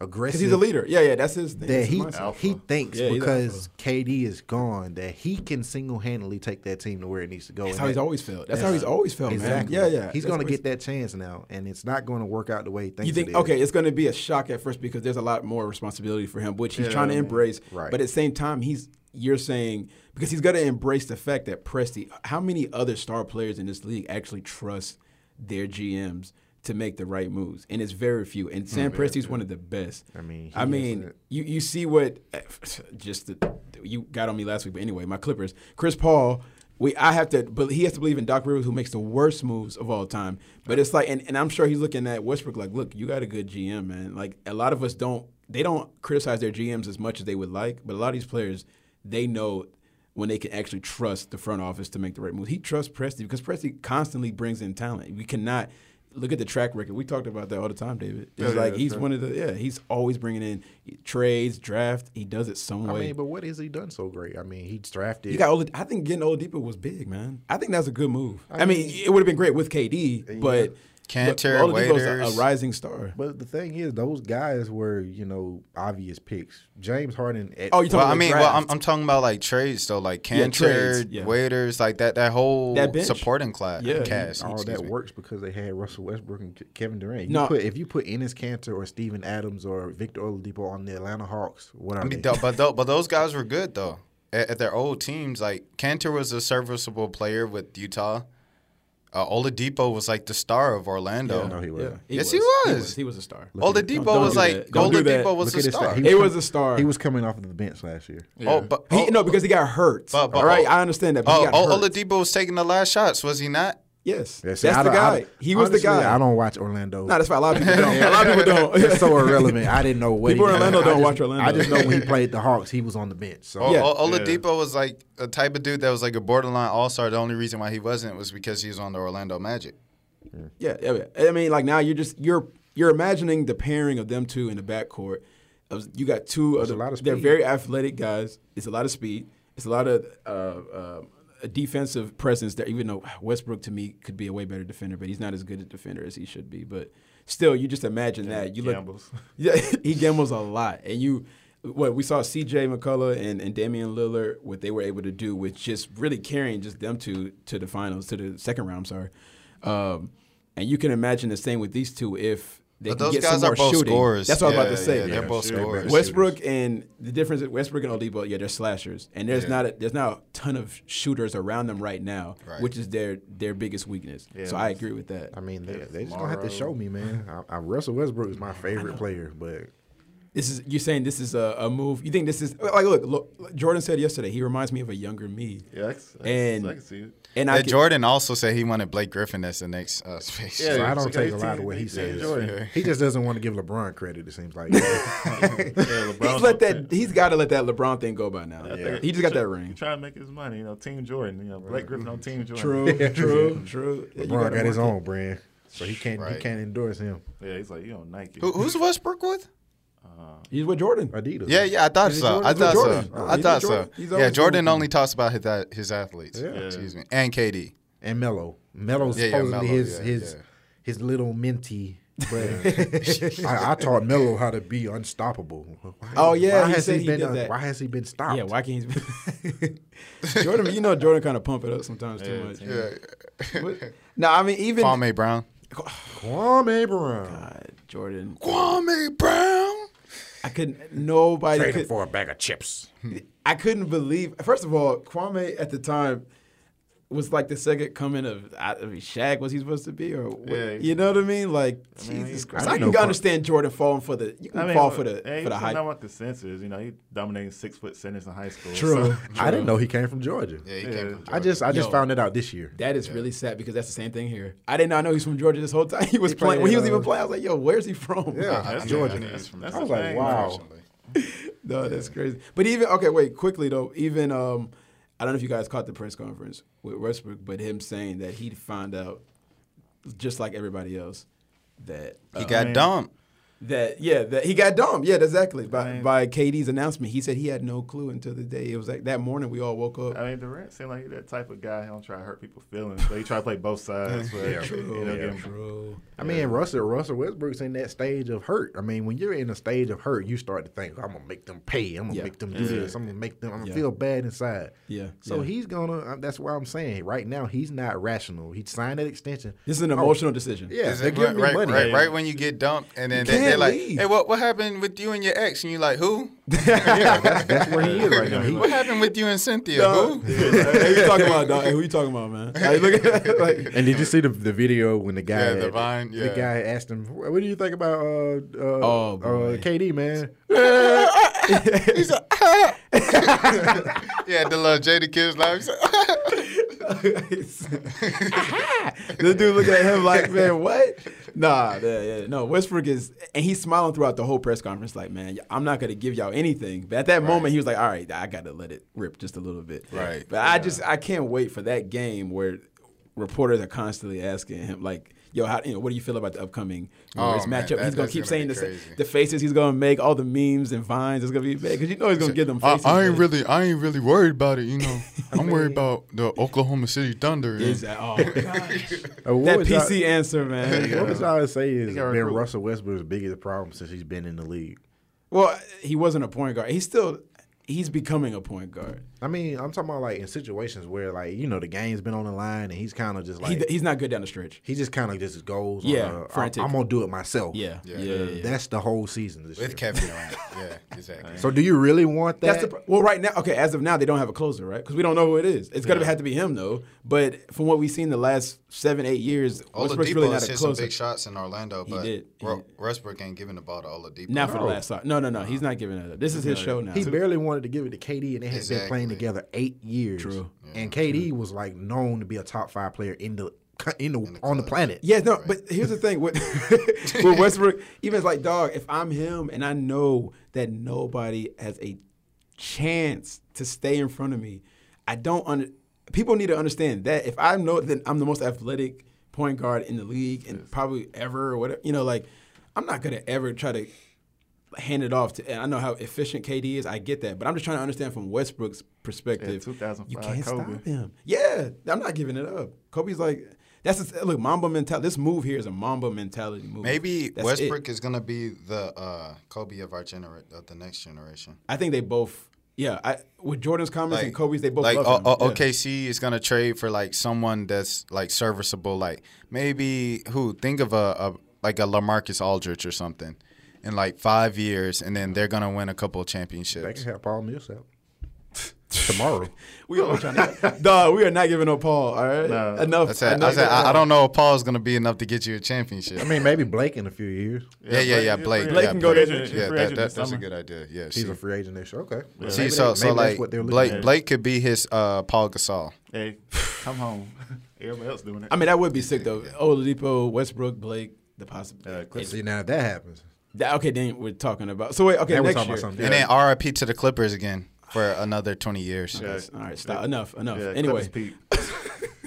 aggressive
Because he's a leader. Yeah, yeah, that's his thing.
that
That's his
he
mindset.
he thinks
Yeah, he's
because KD is gone that he can single handedly take that team to where it needs to go.
That's
And
how he's
that-
always felt. That's, how he's always felt,
Exactly.
man. Yeah, yeah.
He's
That's
gonna
what
get that chance now, and it's not going to work out the way he thinks.
You think
it is.
okay, it's going to be a shock at first because there's a lot more responsibility for him, which he's
Yeah,
trying to
I mean,
embrace.
right.
But at the same time, he's you're saying because he's going to embrace the fact that Presti. How many other star players in this league actually trust their GMs to make the right moves? And it's very few. And
Mm,
Sam Presti's one of the best. I
mean, he
I
is
mean,
it.
you you see what <laughs> just the, you got on me last week, but anyway, my Clippers, Chris Paul. We, I have to, but he has to believe in Doc Rivers, who makes the worst moves of all time. But it's like, and, and I'm sure he's looking at Westbrook like, look, you got a good GM, man. Like a lot of us don't, they don't criticize their GMs as much as they would like. But a lot of these players, they know when they can actually trust the front office to make the right move. He trusts Presti because Presti constantly brings in talent. We cannot look at the track record. We talked about that all the time, David. It's
Yeah, yeah,
like
that's
he's
right.
one of the yeah. He's always bringing in trades, draft. He does it some
I
way.
mean, but what has he done so great? I mean, he's drafted.
you got Olad- I think getting Oladipo was big, man. I think that's a good move. I, mean,
mean-
it would have been great with KD, but
Cantor,
Oladipo's a-
Waiters.
a rising star.
But the thing is, those guys were you know obvious picks. James Harden. At,
Oh, you talking
Well,
about
I
the
mean, well, I'm,
draft.
I'm talking about like trades though, like Cantor,
trades, yeah.
Waiters, like that that whole
That bench.
supporting class,
Yeah.
cast.
all
excuse
that
me.
works because they had Russell Westbrook and Ke- Kevin Durant. You
No.
put, if you put Ennis Cantor or Steven Adams or Victor Oladipo on the Atlanta Hawks, what are
I mean,
they?
though, but though, but those guys were good though. At, at their old teams, like Cantor was a serviceable player with Utah. Uh, Oladipo was like the star of Orlando.
no, he wasn't.
Yes, he
He
was.
was, he was a star.
Oladipo
Don't
was
do
like
that. Don't do that.
Oladipo was
Look
a
at his
star.
stat.
He
com-
was a star.
He was coming off of the bench last year.
Oh, but
He,
oh,
no, because he got hurt.
But- but-
all right, I understand that. But he
oh,
got
oh,
hurt.
Oladipo was taking the last shots, was he not?
Yes,
Yeah,
that's
see,
the
I don't- I
guy.
don't-
He was the
honestly,
guy.
I don't watch Orlando.
No, that's why a lot of
<laughs>
people don't. A lot of people don't. <laughs>
It's so irrelevant. I didn't know what
People
he
in Orlando
I
don't
just-
watch Orlando.
I just know when he
<laughs>
played the Hawks, he was on the bench. So
Oh,
Yeah.
O-
Yeah.
Oladipo was like a type of dude that was like a borderline all star. The only reason why he wasn't was because he was on the Orlando Magic.
Yeah, yeah, yeah. I mean, like now you're just you're you're imagining the pairing of them two in the backcourt. Of- You got two of
It's
the,
a lot of
they're
speed.
very athletic guys. It's a lot of speed. It's a lot of uh, uh, a defensive presence. There, even though Westbrook to me could be a way better defender, but he's not as good a defender as he should be. But still, you just imagine that you
gambles.
look. <laughs> Yeah, he gambles a lot, and you. What we saw C.J. McCullough and, and Damian Lillard, what they were able to do with just really carrying just them two to the finals, to the second round. I'm sorry, um, and you can imagine the same with these two if they
But
can
those
get
guys
some more
are both
shooting.
scorers.
That's what I was
Yeah,
about to say.
yeah, they're both
shoot,
scorers.
man.
Westbrook and the difference is Westbrook and Oladipo, yeah, they're slashers, and there's not a, there's not a ton of shooters around them right now,
Right.
which is their their biggest weakness.
Yeah,
so I
that's-
agree with that.
I mean, they, they just gonna have
Tomorrow.
to show me, man. I, I, Russell Westbrook is my favorite player, but
This is you're saying this is a, a move. You think this is like look, look, Jordan said yesterday he reminds me of a younger me,
Yeah, I, can-
And-
I, and I can see it.
and I
And
can,
Jordan also said he wanted Blake Griffin as the next uh, space.
Yeah,
so
yeah,
I don't
it's
take a
like
lot of
18,
what he
yeah,
says.
Jordan.
He just doesn't want to give LeBron credit. It seems
<laughs>
like <laughs>
Yeah,
he's
LeBron's
let
gonna
that
pick.
he's got to let that LeBron thing go by now.
think-
He just got that
He
ring.
trying to make his money, you know. Team Jordan, you know. Blake <laughs> Griffin on Team Jordan.
<laughs> True, true, true. Yeah, you
LeBron
gotta
got his
work it.
own brand, so he can't
Right.
he can't endorse him.
Yeah, he's like you on Nike.
Who, who's Westbrook with?
He's with Jordan.
Adidas.
Yeah, yeah, I thought
Is it
so.
Jordan?
I
Is it
thought
Jordan?
so.
Oh,
I
he's
thought
with Jordan.
so.
He's
Yeah,
always
Jordan
with
only talks about his a- his athletes.
Yeah.
Excuse me, and KD.
and Mello. Mello's
Yeah, yeah,
supposedly
Melo,
his
yeah,
his
yeah.
his little minty. But I, I taught Mello how to be unstoppable. Why-
Oh, yeah,
why
he
has
said
he,
he
been?
did
uh,
that.
Why has he been stopped?
Yeah, why can't
<laughs>
he? Jordan, you know Jordan kind of pump it up sometimes too
Yeah,
much.
yeah.
What- No, I mean even
Kwame Brown.
Kwame Brown
God, Jordan.
Kwame Brown.
I couldn't. Nobody
traded him
could.
for a bag of chips.
I couldn't believe. First of all, Kwame at the time was like the second coming of I I mean, Shaq. Was he supposed to be or what,
Yeah, he-
you know what I mean? Like
mean,
Jesus
he-
Christ, I,
I didn't
can
know Kwame-
understand Jordan falling for the. You can fall for the
hey,
for the
I
hype.
know what the sensors. You know, he dominated six foot centers in high school.
True.
so-
I didn't know he came from Georgia.
Yeah, he
Yeah.
came from Jordan.
I just I just
Yo.
found it out this year.
That is really sad because that's the same thing here. I did not know he's from Georgia this whole time. <laughs> He was playing
played,
when he was
uh,
even playing. I was like, "Yo, where's he from?"
Yeah,
I- I mean,
Georgia.
I knew he was from
That's
I was
the
like,
thing,
wow.
Unfortunately.
No, that's crazy. But even okay, wait, quickly though. Even um, I don't know if you guys caught the press conference with Westbrook, but him saying that he'd find out, just like everybody else, that uh,
He got
mean-
dumped.
that yeah that he got dumped. Yeah, exactly. By
I mean-
by KD's announcement, he said he had no clue until the day it was like that morning we all woke up.
I mean, Durant seemed like he that type of guy. He don't try to hurt people's feelings, but he try to play both sides. But, yeah,
Oh,
You know, get him-
True.
I mean, Russell Russell Westbrook's in that stage of hurt. I mean, when you're in a stage of hurt, you start to think, "I'm gonna make them pay. I'm gonna
Yeah.
make them do this. I'm gonna make them. I'm gonna
Yeah.
feel bad inside."
Yeah.
So
Yeah.
he's gonna. uh, That's why I'm saying right now he's not rational. He signed that extension.
This is an emotional decision.
Yeah,
Is
they're
it
giving me
right,
money.
Right, right when you get dumped, and then
You
they,
can't
they're like,
leave.
"Hey, what what happened with you and your ex?" And you like,
<laughs>
"Who?
That's, that's where he is right now. He-
What happened with you and Cynthia?
Dog,
Who?"
hey, who you talking about, dog? Hey, who you talking about,
<laughs>
man? Like, look at, like,
and did you see the, the video when the guy
Yeah, the
had-
Vine, yeah.
the guy had asked him, "What what do you think about uh, uh,
Oh,
uh
boy. <laughs>
KD man?"
yeah, the little Jada Kids life. <laughs>
the dude looking at him
<laughs>
like, man, what? Nah, yeah, yeah. No, Westbrook is, and he's smiling throughout the whole press conference, like, man, I'm not gonna give y'all anything. But at that moment, he was like, all right, I gotta let it rip just a little bit.
Right.
But I just, I can't wait for that game where reporters are constantly asking him, like, "Yo, how, you know, what do you feel about the upcoming
Oh,
Warriors
man,
matchup?"
that-
he's gonna
that's
keep
gonna
saying
be
the, sa-
crazy.
the faces he's gonna make, all the memes and vines. It's gonna be bad because you know he's gonna give them.
I,
Faces
I ain't
man.
really, I ain't really worried about it.
<laughs>
You know, I'm worried about the Oklahoma City Thunder. and-
Is that, oh,
<laughs>
gosh.
Uh, what
that
was y'all-
PC answer, man.
<laughs> What was I say is
got
been
recruit-
Russell Westbrook's biggest problem since he's been in the league.
Well, he wasn't a point guard. He's still he's becoming a point guard.
I mean, I'm talking about like in situations where like you know the game's been on the line and he's kind of just
He,
like
he's not good down the stretch.
he just kind of just goes.
Yeah,
on a, I'm,
frantic.
I'm gonna do it myself. Uh,
Yeah, yeah,
Yeah.
yeah. yeah.
that's the whole season this year.
with Kevin Durant. yeah, exactly.
So do you really want that?
That's the pro- well, right now. Okay, as of now, they don't have a closer, right? Because we don't know who it is. It's gonna have to be him, though. But from what we've seen the last seven, eight years, Westbrook's
Oladipo
really
has
not a
hit some
closer.
big shots in Orlando,
He
but
did. He
Ro-
did.
Westbrook ain't giving the ball to Oladipo.
Not for the last time. No, no, no. He's not giving it up. This is his show now.
he barely wanted to give it to KD, and they had been playing
Exactly.
together eight years.
True.
and KD was like known to be a top five player in the in the, on the planet.
Yeah, no, but here's the thing
<laughs>
with, <laughs> with Westbrook, even it's like, dog, if I'm him and I know that nobody has a chance to stay in front of me, I don't under, people need to understand that if I know that I'm the most athletic point guard in the league and probably ever or whatever, you know, like I'm not gonna ever try to hand it off to and I know how efficient KD is, I get that, but I'm just trying to understand from Westbrook's perspective.
Yeah, 2005
you can't
Kobe.
stop him. Yeah, I'm not giving it up. Kobe's like, that's just, look Mamba mentality. This move here is a Mamba mentality move.
Maybe
That's it.
Westbrook is gonna be the uh, Kobe of our genera- of the next generation.
I think they both. Yeah, I, with Jordan's comments and Kobe's, they both
like oh,
love him.
O- O-
Yeah.
OKC is gonna trade for like someone that's like serviceable, like maybe who think of a, a like a Lamarcus Aldridge or something in like five years, and then they're gonna win a couple of
they can
championships.
have Paul Millsap tomorrow.
we are trying to. <laughs> dog, we are not giving up Paul. All right,
Nah.
enough.
I said, I,
enough
said
of that.
I, I don't know if Paul's gonna be enough to get you a championship.
I mean, maybe Blake in a few years.
yeah, yeah, yeah, Blake.
Blake
yeah,
can go there.
Yeah,
Free
that,
agent
that,
this
that's a
summer.
good idea. Yeah,
He's
see.
a free agent next year. Okay.
See,
Maybe
so
they-
so
maybe that's
like
what they're looking
Blake
at.
Blake could be his uh, Paul Gasol.
Hey, come home. <laughs> Everybody else doing it.
I mean, that would be sick though. Oladipo, Westbrook, Blake, the possibility.
Uh, Clippers.
See, now if that happens,
That- okay, then we're talking about. So wait, okay,
now we're
next
talking
year.
about something.
And then RIP to the Clippers again for another 20 years.
Yeah.
All right, stop. Enough, enough.
Yeah,
anyway,
Clippers peak.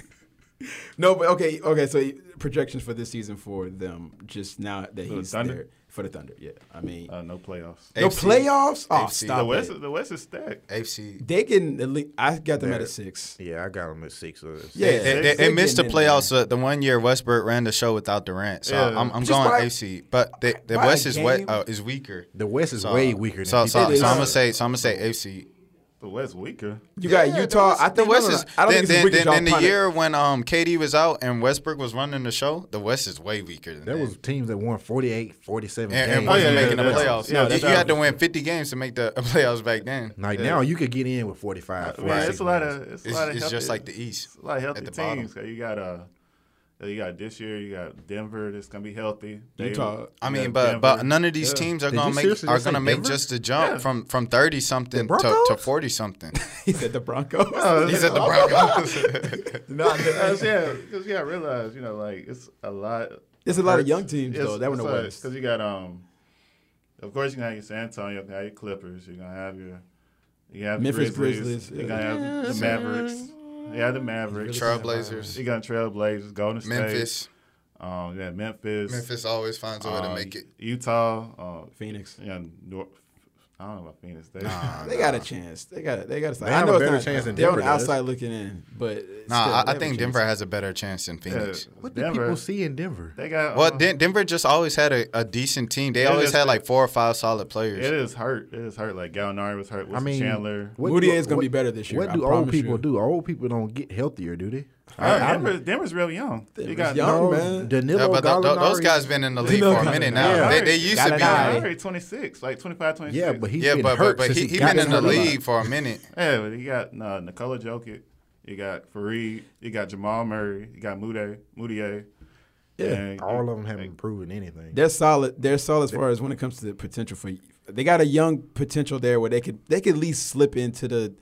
No, but okay, okay. So projections for this season for them, just now that
the
he's
Thunder?
there for the Thunder. Yeah, I mean,
Uh, no playoffs.
no
AFC.
playoffs. Oh,
AFC.
the
stop
West,
it.
is- the West is stacked.
AFC.
They can. At least, I got them at a
They're-
six.
Yeah, I got him at six. Or
Yeah,
They, they- they
they're
missed the
getting in there.
playoffs uh, the one year Westbrook ran the show without Durant. So
Yeah.
I'm, I'm
Just
going
by-
AFC. But the, the
by a
West is we,
game.
uh, is weaker. Uh,
The West is way weaker than
so,
people
so,
It is.
so I'm gonna say so I'm gonna say AFC.
The West weaker.
You
Yeah,
got Utah.
the West-
I think
the West
no, no, no.
is.
I don't
then,
think it's as weak as
then,
y'all
then, then the
kinda-
year when um KD was out and Westbrook was running the show, the West is way weaker than
There
that.
was teams that won 48, 47
and, and
games.
yeah,
wasn't
yeah,
making the
that's-
playoffs.
yeah,
you,
that's
you had to win 50 games to make the <laughs> playoffs back then.
Like now, you could get in with 45.
I mean, it's
46
a lot
wins.
of. It's, a
It's,
lot of
it's just
healthy-
like the East.
It's a lot of healthy
at the bottom.
teams. You got uh, you got this year. You got Denver that's gonna be healthy. They-
Utah.
I
you
mean,
got
but
Denver.
but none of these teams are
Did
gonna
you
make
seriously
are
just say
gonna make
Denver?
just the jump from from thirty something
The
to, to
Broncos?
forty something.
<laughs> He said the Broncos.
He said the <laughs> Broncos.
No, <laughs> because yeah, because yeah, I realize you know like it's a lot.
There's a lot of young teams, though, that were in the West.
because you got um, of course you gonna have your San Antonio, you got your Clippers, you're gonna have your you have
Memphis
the Grizzlies,
Grizzlies,
you're gonna have the Mavericks, you have the Mavericks,
Trailblazers,
you got Trailblazers, Golden State,
Memphis.
um, yeah, Memphis,
Memphis always finds a way to
uh,
make it.
Utah, uh,
Phoenix.
yeah, North, I don't know about Phoenix. They, <laughs>
They got a chance. They got. They got. A,
They
I
have
know
a
it's
better
not,
chance than
They're on the
Denver does.
outside looking in, but
Nah,
still, they
I- I,
have a
think
chance.
Denver has a better chance than
yeah,
Phoenix.
What do
Denver,
people see in Denver?
they got
Well,
uh,
Den- Denver just always had a, a decent team. They
Yeah,
always
that's-
had like four or five solid players.
It is hurt. It is hurt. Like Gallinari was hurt.
I
Wilson
mean,
Chandler.
Moody is gonna be better this year,
What
I
do old
promise
people
you.
do? Old people don't get healthier, do they?
Uh, Denver, Denver's real young. you
Denver's
got
young.
No,
man.
Danilo
Yeah, but th- th- those
Gallinari-
guys been in the league for a minute now.
Yeah.
They, they used to be.
Gallinari.
in the-
Gallinari, 26, like 25, 26.
Yeah, but he's
Yeah,
been
but
hurt
but, but
since
he,
he,
he
got
been in the
hurt.
league for a minute.
yeah, but you got uh, Nikola Jokic, you got Fareed, you got Jamal Murray, you got Mude, Mudiay.
Yeah.
All of them haven't proven anything.
They're solid. They're solid as far as when it comes to the potential for. They got a young potential there where they could. They could at least slip into the.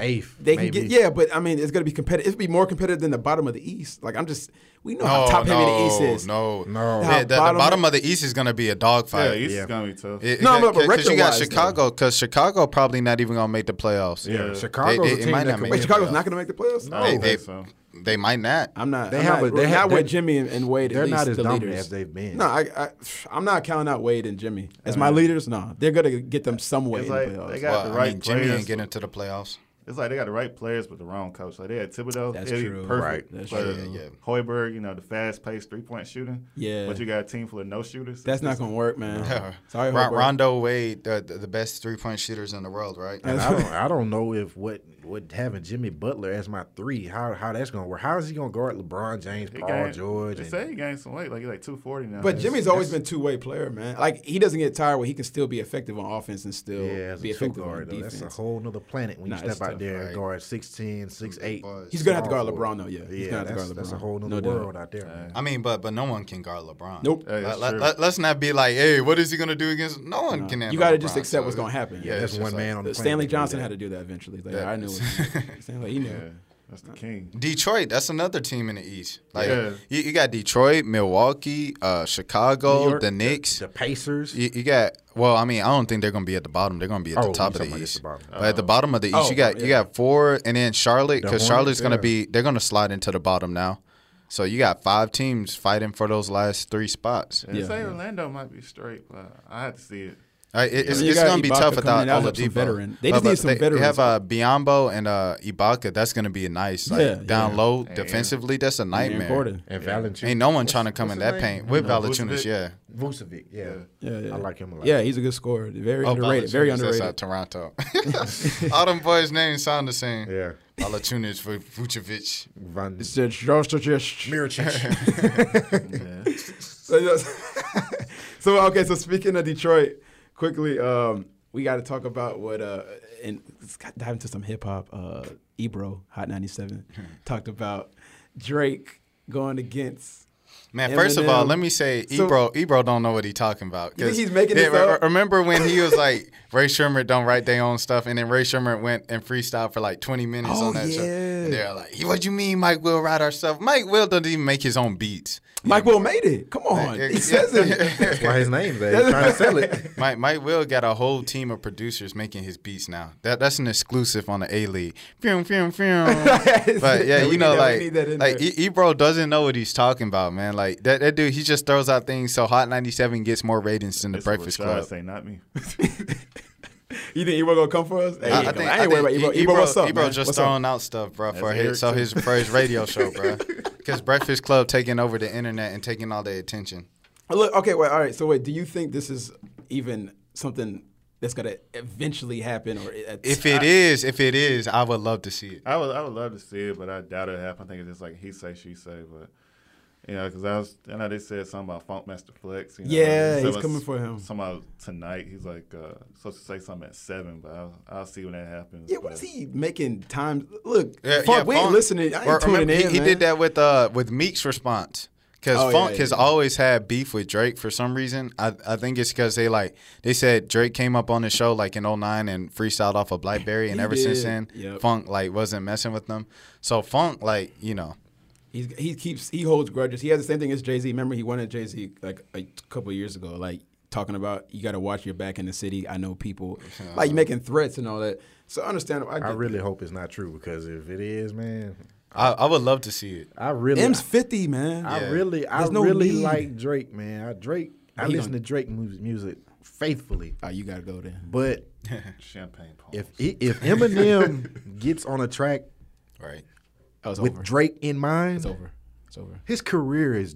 Eighth,
They
maybe.
can get yeah, but I mean it's gonna be competitive. It'll be more competitive than the bottom of the East. Like I'm just we know how <laughs> top heavy the East is.
Oh, No,
No.
Yeah, the, the
Bottom-
bottom, of the East is going to be a
yeah,
dogfight.
East
Yeah.
is gonna be tough.
It-
No,
it-
but- but
'cause you got
record-wise,
Chicago because Chicago probably not even going to make the playoffs.
Yeah.
Chicago's
They-
a
they- it
team
might
that
not
can
make
Wait,
it.
win.
Chicago's not gonna make the playoffs?
I
They-
don't
they-
think so.
They might not.
I'm not.
They
I'm
have
not,
a- they have-
not with
they-
Jimmy and, and Wade. at
they're
least,
not as
the
dominant
leaders.
as they've been.
No, I, I, I'm not counting out Wade and Jimmy as my leaders. No, they're gonna get them somewhere
It's
in
like
the playoffs.
they got
Well,
the
I
right
mean, Jimmy
players.
ain't getting into the playoffs.
it's like they got the right players but the wrong coach. Like they had Thibodeau,
That's
he'd be
true.
perfect.
Right. That's
for
true.
Yeah, yeah.
Hoiberg, you know, the fast paced three point shooting.
Yeah.
But you got a team full of no shooters.
That's not gonna work,
<laughs>
man. Sorry,
Ron-
Hobart.
Rondo Wade, the, the the best three point shooters in the world, right?
And I don't, I don't know if what what having Jimmy Butler as my three, how how that's gonna work. How is he gonna guard LeBron James,
He
Paul
gained-
George?
They
and-
say he gained some weight, like he's like two forty now.
But
That's-
Jimmy's always been two way player, man. Like he doesn't get tired where he can still be effective on offense and still
yeah, as
be
a two
effective on
guard though,
defense.
that's a whole nother planet when
Nah,
you
it's
step out
tough,
there and
right.
guard 6'10", 6'8".
He's gonna have to guard
small forward.
LeBron though. Yeah, he's
Yeah,
gonna have to
that's,
guard LeBron.
that's a whole
no
nother
doubt. Uh,
world out there. man.
I mean, but but no one can guard LeBron.
Nope.
Hey, that's
let,
true.
us not be like, hey, what is he gonna do against? No one can.
You
handle
got to just
LeBron,
accept what's
so-
gonna happen.
Yeah, that's
it's just
one
like-
man on the planet
Stanley
that can do
Johnson
that.
had to do that eventually. Like
Yeah.
I knew.
<laughs>
It. Stanley, he knew.
That's the king.
Detroit, that's another team in the East. Like
Yeah.
you, you got Detroit, Milwaukee, uh, Chicago,
New York,
the Knicks.
The Pacers.
You, you got well, I mean, I don't think they're gonna be at the bottom. They're gonna be at
Oh,
the top
you're
of the
talking about
East.
just the bottom.
But at the bottom of the East,
Oh,
you got you
yeah.
got four, and then Charlotte
The
because
Hornets,
Charlotte's gonna
yeah.
be they're gonna slide into the bottom now. So you got five teams fighting for those last three spots.
They
Yeah.
say Orlando might be straight, but I had to see it.
Uh, it- it's
I mean, you
it's
got
going to be
Ibaka
tough
coming
without
in. That was some
Oladipo.
veteran. They
But-
just need
but
some
they,
veterans.
They have uh, Biombo and uh, Ibaka. That's going to be nice. Like,
Yeah,
down
yeah.
low defensively, that's a
Man,
nightmare.
Gordon.
And Valanciunas.
Ain't no one trying to
What's-
come
what's
in
his
that
name?
paint with
No,
Valachunas.
Vucevic.
Yeah,
Vucevic, yeah.
Yeah, yeah.
I like him a lot.
Yeah, he's a good scorer. Very
Oh,
underrated. Very underrated.
Valachunas, That's out Toronto.
<laughs>
All them boys' names sound the same.
Yeah.
Valachunas for Vucevic.
Von
It's just- just- just- just- <laughs>
Miricic.
So, yes. <laughs> so okay, so speaking of Detroit, quickly, um, we got to talk about what uh, and let's got- dive into some hip hop. Uh, Ebro Hot ninety seven
Hmm.
talked about Drake going against.
Man, first of all,
Eminem.
let me say
So-
Ebro Ebro don't know what he talking about.
You think
'cause-
he's making this
Yeah, re-
up?
Remember when he was like Ray Sherman don't write their own stuff, and then Ray Sherman went and freestyled for like twenty minutes
Oh,
on that show.
yeah.
And they're like, "What you mean, Mike Will write our stuff? Mike Will doesn't even make his own beats."
Mike Will made it. Come on,
Yeah,
he
yeah.
says
<laughs>
it.
That's why his name's there. He's trying to sell it.
Mike Mike Will got a whole team of producers making his beats now. That that's an exclusive on the A League. Fium, fium,
<laughs>
fium. but
Yeah,
yeah,
we
you
need
know,
that- we
like
need that in
like
there.
E- Ebro doesn't know what he's talking about, man. Like that, that dude, he just throws out things. So Hot ninety seven gets more ratings than the
It's
Breakfast
Rashad
Club.
Say not me.
<laughs> you think Ebro gonna come for us? Hey,
I, I
Ebro,
think, E,
I ain't worried about Ebro. Ebro, what's up?
Ebro
man?
just
What's up?
throwing out stuff, bro, for
That's
his, so
Eric,
his for his radio
<laughs>
show, bro. Because Breakfast Club taking over the internet and taking all the attention.
Look, okay, wait, all right. So wait, do you think this is even something that's gonna eventually happen, or it-
If it is, if it is, I would love to see it.
I would I would love to see it, but I doubt it'll happen. I think it's just like he say, she say, but you know, because I was I know they said something about Funk Master Flex. You know,
Yeah,
so
he's
it's-
coming for him.
Somehow tonight he's like uh, supposed to say something at seven, but I'll, I'll see when that happens.
Yeah, what
but-
is he making time? Look,
Yeah,
fuck,
yeah,
we ain't
Funk-
listening. I ain't
Or
tuning
remember,
in.
he, he
man.
did that with uh with Meek's response. Because
Oh, yeah,
Funk
yeah,
has
yeah.
always had beef with Drake for some reason. I, I think it's because they like they said Drake came up on the show like in 09 and freestyled off of BlackBerry, and
He
ever since
did.
then,
Yep.
Funk like wasn't messing with them. So Funk like you know
He's, he keeps he holds grudges. He has the same thing as Jay Z. Remember, he wanted Jay Z like a couple years ago, like talking about you got to watch your back in the city. I know people like making threats and all that. So understandable. I,
I
get
really hope it's not true because if it is, man,
I, I would love to see it.
I
that.
really,
M's fifty man.
I
Yeah.
really, I
There's no
really
need.
like Drake, man. I Drake, I
He
listen
don't-
to Drake mu- music faithfully,
oh, you gotta go there.
but
Champagne Paul.
if i- if Eminem gets on a track
Right.
Oh, it's
with
over.
Drake in mind,
It's over. It's over.
his career is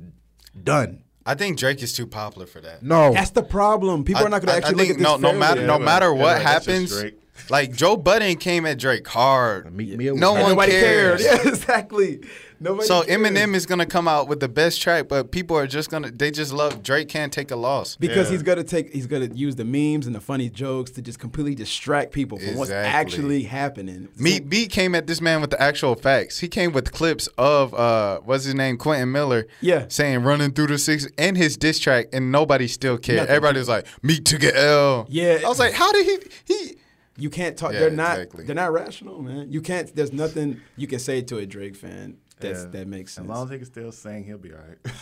done.
I think Drake is too popular for that.
No,
That's the problem. People are not gonna
I- I
actually look
think
at this.
no, no
fairly.
matter no
Yeah,
matter
but-
what
yeah, that's just
happens,
Drake.
like Joe Budden came at Drake hard.
Meet Mill was
no
hard.
one
Nobody
cares.
cared. <laughs> Yeah, exactly. Nobody.
So
cared.
Eminem is gonna come out with the best track, but people are just gonna they just love Drake can't take a loss.
because
Yeah.
he's gonna take he's gonna use the memes and the funny jokes to just completely distract people from what's
Exactly.
actually happening.
Meat B came at this man with the actual facts. He came with clips of uh what's his name, Quentin Miller.
Yeah.
Saying running through the six and his diss track and nobody still cared.
Nothing.
Everybody was like, Meat took a L.
Yeah.
I was like, how did he he
You can't talk.
Yeah,
they're not.
exactly.
They're not rational, man. You can't. There's nothing you can say to a Drake fan that's,
Yeah.
that makes sense.
As long as he can still sing, he'll be all right.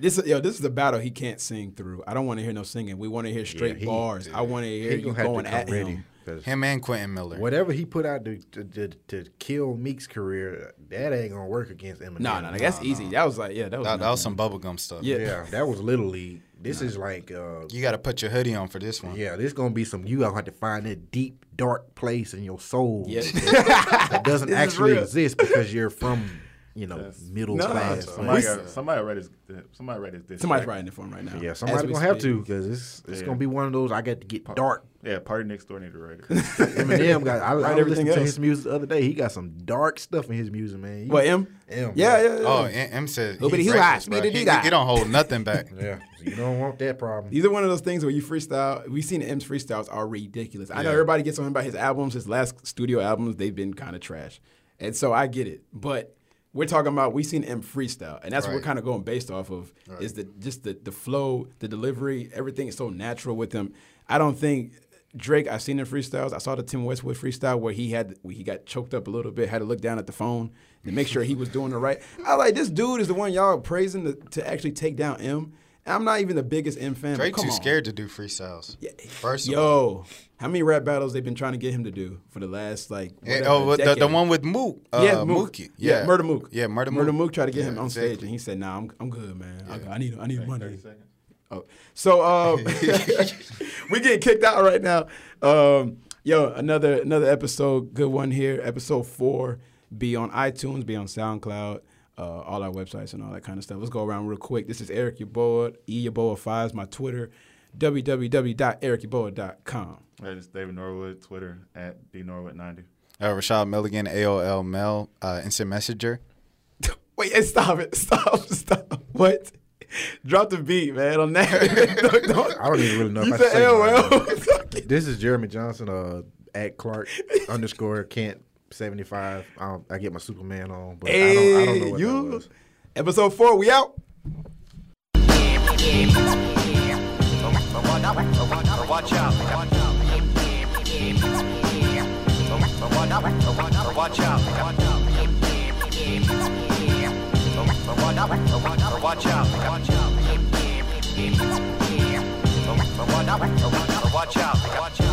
This is yo. This is the battle he can't sing through. I don't want to hear no singing. We want to hear straight
he-
bars. I want to hear
He
you
gonna have to
going
come
at
ready,
him.
'cause
Him and Quentin Miller.
Whatever he put out to, to, to, to kill Meek's career, that ain't gonna work against Eminem.
No, no, no, that's easy. That was like yeah, that was,
That, that was
nothing.
some bubblegum stuff.
Yeah.
Yeah, that was Little League. This is like, uh,
You got to put your hoodie on for this one.
yeah, this gonna be some. You gonna have to find that deep, dark place in your soul
Yeah. <laughs>
that doesn't
This is
actually
real.
exist because you're from, you know, middle
No,
class.
it's
Somebody,
We-
got, somebody write his. Somebody write his. diss
Somebody's
track.
writing it for him right now.
Yeah,
As
somebody
we
gonna have
speak.
to because it's it's
Yeah.
gonna be one of those. I got to get
<laughs>
dark.
Yeah, party next door need to write
<laughs>
it.
Eminem got. I, I
everything
listened to
else.
his music the other day. He got some dark stuff in his music, man. You-
What M?
M,
Yeah,
yeah.
yeah. yeah.
Oh, M, M said.
Little bitty
he
hoo-ha,
reckless, bro.
bitty
He-
dee-da.
he don't hold
<laughs>
nothing back.
Yeah, you don't want that problem.
These are one of those things where <laughs> you freestyle. We've seen M's freestyles are ridiculous. I know everybody gets on him about his albums, his last studio albums. They've been kind of trash, and so I get it. But we're talking about we've seen M freestyle, and that's what we're
Right.
kind of going based off of is the just the the flow, the delivery, everything is so natural with him. I don't think Drake. I've seen him freestyles. I saw the Tim Westwood freestyle where he had where he got choked up a little bit, had to look down at the phone to make sure he was doing the right. I like this dude is the one y'all praising to, to actually take down M. And I'm not even the biggest M fan. but
Drake
come
too
on.
scared to do freestyles. First of all.
Yo, how many rap battles they've been trying to get him to do for the last like
Yeah,
whatever,
oh, well, the, the
decade?
one with Mook. Uh,
yeah, Mook.
Mookie.
Yeah. Murder Mook.
Yeah, Murder Mook.
Murder Mook tried to get him
Yeah,
on stage,
exactly.
and he said, "Nah, I'm I'm good, man. I, I need I need money."
Thirty seconds.
Oh, so
<laughs>
um, <laughs> we getting kicked out right now. Um, yo, another another episode, good one here. Episode four. Be on iTunes. Be on SoundCloud. Uh, all our websites and all that kind of stuff. Let's go around real quick. This is Eric Yaboa. E Yaboa Five is my Twitter. www.ericyaboa.com.
Hey, this is David Norwood, Twitter at d norwood ninety.
Uh, Rashad Milligan, AOL Mel, uh, Instant Messenger.
<laughs> Wait, hey, stop it. Stop, stop. What? Drop the beat, man, on that. <laughs> Don't- don't-
I don't even really know
You
if I should
said
say mine.
AOL.
This is Jeremy Johnson, uh, at Clark underscore Kent seventy five. Um, I get my Superman on, but I, don't, I don't know
hey,
what that
you.
was.
Episode four, we out.
But watch out, but watch out, but watch out. But watch out, but watch out, but watch out. But watch out, but watch out, but watch out. But watch out, but watch out, but watch out.